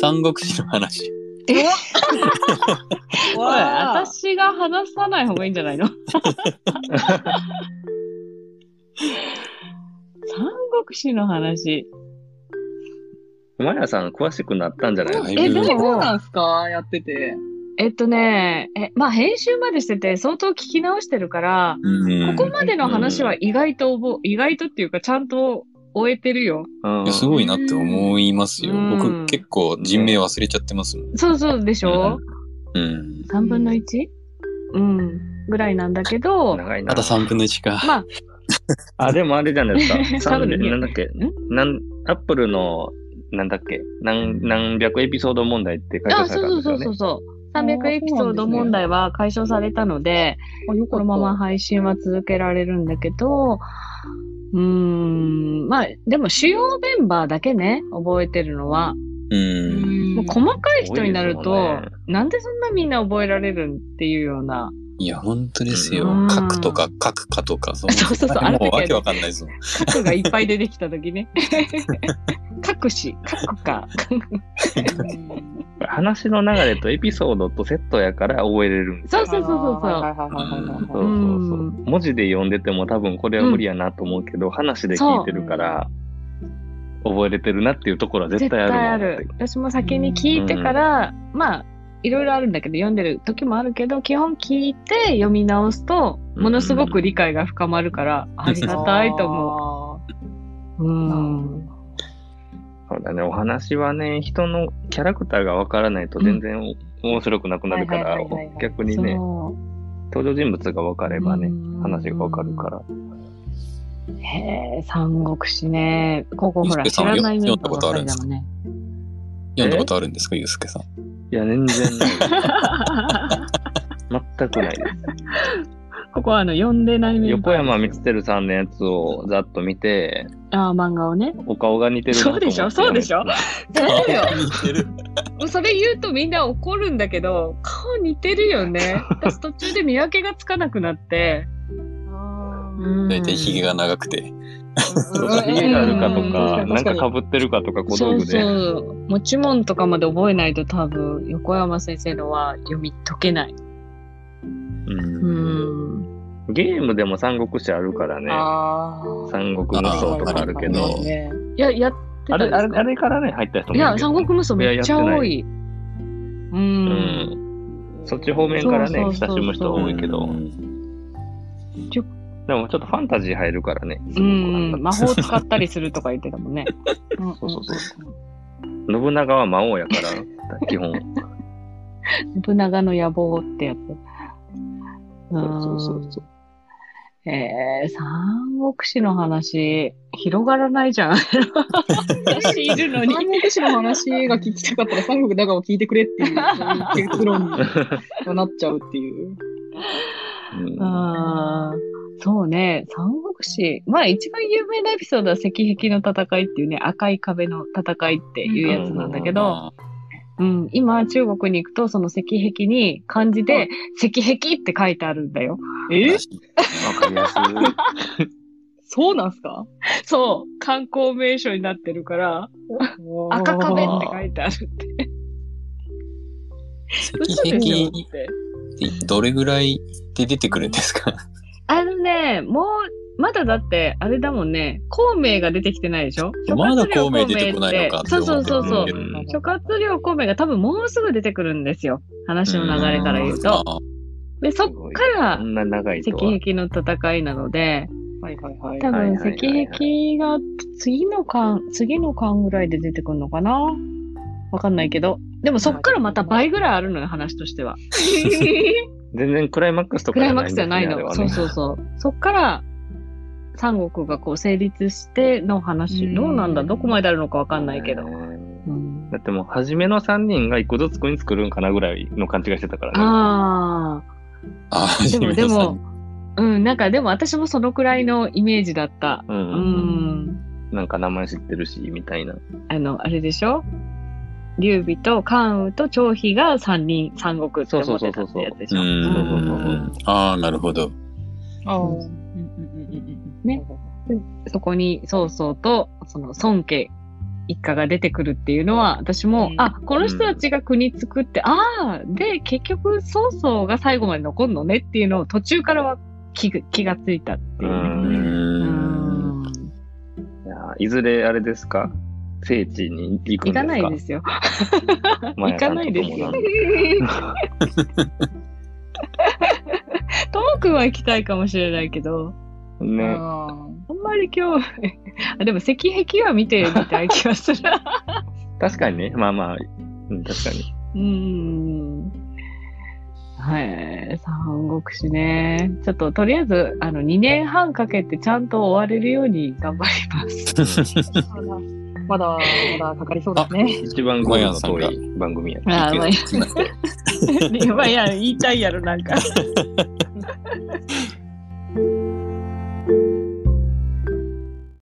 三国志の話。おおい、い、私、私が話さない方がいいんじ ゃないの三国志の話。お前らさん、詳しくなったんじゃないのだいぶえ、でもそうなんすかやってて。えっとね、え、まあ編集までしてて相当聞き直してるから、うんここまでの話は意外と覚え、意外とっていうかちゃんと終えてるよ。うんいやすごいなって思いますよ。うん僕結構人名忘れちゃってますもん。そうそうでしょ、うん。 ?3 分の 1? うん。ぐらいなんだけど、長いな。あと3分の1か。まあ、あ、でもあれじゃないですか。 多分三なんだっけなん、アップルの、なんだっけ何、何百エピソード問題って解あ、消さそれたんうですそようねそう。そう。あー300エピソード問題は解消されたので、あ、よこのまま配信は続けられるんだけど、うーん、まあ、でも主要メンバーだけね、覚えてるのは。う。うん。もうん細かい人になるすと、ごいですなんでそんなみんな覚えられるんっていうような。いや、本当ですうよん。書くとか書くかとか、そそうそうそうあれもうあれだけわけわかんないですもん。核がいっぱい出てきた 時ね。核し、核か。話の流れとエピソードとセットやから覚えれるんですよそうそうそうそうそうはいはいはいはいはいそはうそういそううん文字で読んでても多分これは無理やなと思うけど、話で聞いてるから、覚えれてるなっていうところは絶絶対対あるもんある。私も先に聞いてから、まあ、いろいろあるんだけど、読んでる時もあるけど、基本聞いて読み直すと、うんものすごく理解が深まるから、ありがたいと思思う。うん。そうだね、お話はね、人のキャラクターがわからないと全然面白くなくなるかはいらはいはいはいは、い逆にね、登場人物がわかればね、話がわかるから。ら。へえ、三国志ね。ここほら、ゆうすけ知さんらないメン読んだバこーとばあっるかりんでだすもかんね。読んだことあるんですか、ゆうすけさん。いや、全然ない。全く ないでここはあの、読んでないす。メン横バー。山光輝さんのやつをざっと見て、ああ、漫画をね。お顔が似てるなと思ってそうでしょそうで顔似てる。それ言うとみんな怒るんだけど、顔似てるよね。私途中で見分けがつかなくなって。うん大体髭が長くて。そうそう髭があるかとか、うんなんか被ってるかとか、小そ道う具そで。う。持ち物とかまで覚えないと多分、横山先生のは読み解けない。ううんん。ゲームでも三国志あるからね、あー三国無双とかあるけあどー、いや、やってあたんでれ、すあかれあれからね、入った人もいいるや、け三どね国無双めっちゃ多い。う。うんん。そっち方面からね、そう親そうそうそうしむ人多いけどう、んでもちょっとファンタジー入るからね、うすごくん。魔法使ったりするとか言ってたもんね。 そうそうそう。信長は魔王や から、基本。信長の野望ってやつ。そうそうそうそうう。んえー、三国志の話、広がらないじ ゃん。私いるの三に。国志の話が聞きたかったら三国だがを聞いてくれっていうそういう結論になっちゃうっていう。うんあーそうね、三国志。まあ一番有名なエピソードは赤壁の戦いっていうね、赤い壁の戦いっていうやつなんだけど、あうん、今中国に行くとその赤壁に漢字で赤壁って書いてあるんだよ。ーえわかりやすい。そうなんすかそう、観光名所になってるから、赤赤壁壁っってて書いてあるって。赤壁って。ってどれぐらいで出てくるんですか あのね、もう、まだだって、あれだもんね、孔明が出てきてないでしょまだ諸孔明葛出亮てこないのかっっててそ思うそうってそうそうる。諸葛亮孔明が多分もうすぐ出てくるんですよ。話の流れから言うと。あーで、そっからこ、んな長いと赤は。壁の戦いなので、はいはいはい。多分は赤いはいはいはい壁が次の巻、次の巻ぐらいで出てくるのかなわかんないけど。でもそっからまた倍ぐらいあるのよ、話としては。全然クライマックスとクラかイじゃマッなクいスじんでゃすねないあれの。はそうねそうそう。そっから、三国がこう成立しての話、うんどうなんだ、どこまであるのかわかんないけど。うんうんだってもう、初めの3人が一個ずつ国作るんかなぐらいの勘違いしてたからね。あああ、ー、でもジでミーさんも、うん、なんかでも私もそのくらいのイメージだった。う。うんん。なんか名前知ってるし、みたいな。あの、あれでしょ劉備と関羽と張飛が三人、三国って思ってたってやつでしうょ。んううんうんうんん。 ああ、なるほど。あーううんんうんうんうんうんねそこに曹操と、その孫家一家が出てくるっていうのは、私も、うんあ、この人たちが国作って、ああ、で、結局、曹操が最後まで残るのねっていうのを途中からは気が気がついたっていううね。うんん。うんいやーいずれあれですか聖地に行く行んでかすかないですよ。 マヤさん行かないですよと共ともくんは行きたいかもしれないけど、にね。ああんまり今日、 あでも石壁は見てみたい気がする。確かにね。まあまあ、うん、確かに。うーん。はい。三国志ね。ちょっととりあえず、あの、2年半かけてちゃんと終われるように頑張ります。ーまだ、まだかかりそうですね。一番ゴールの遠い番組やね。あーまあ、すいません。 いや、言いたいやろ、なんか。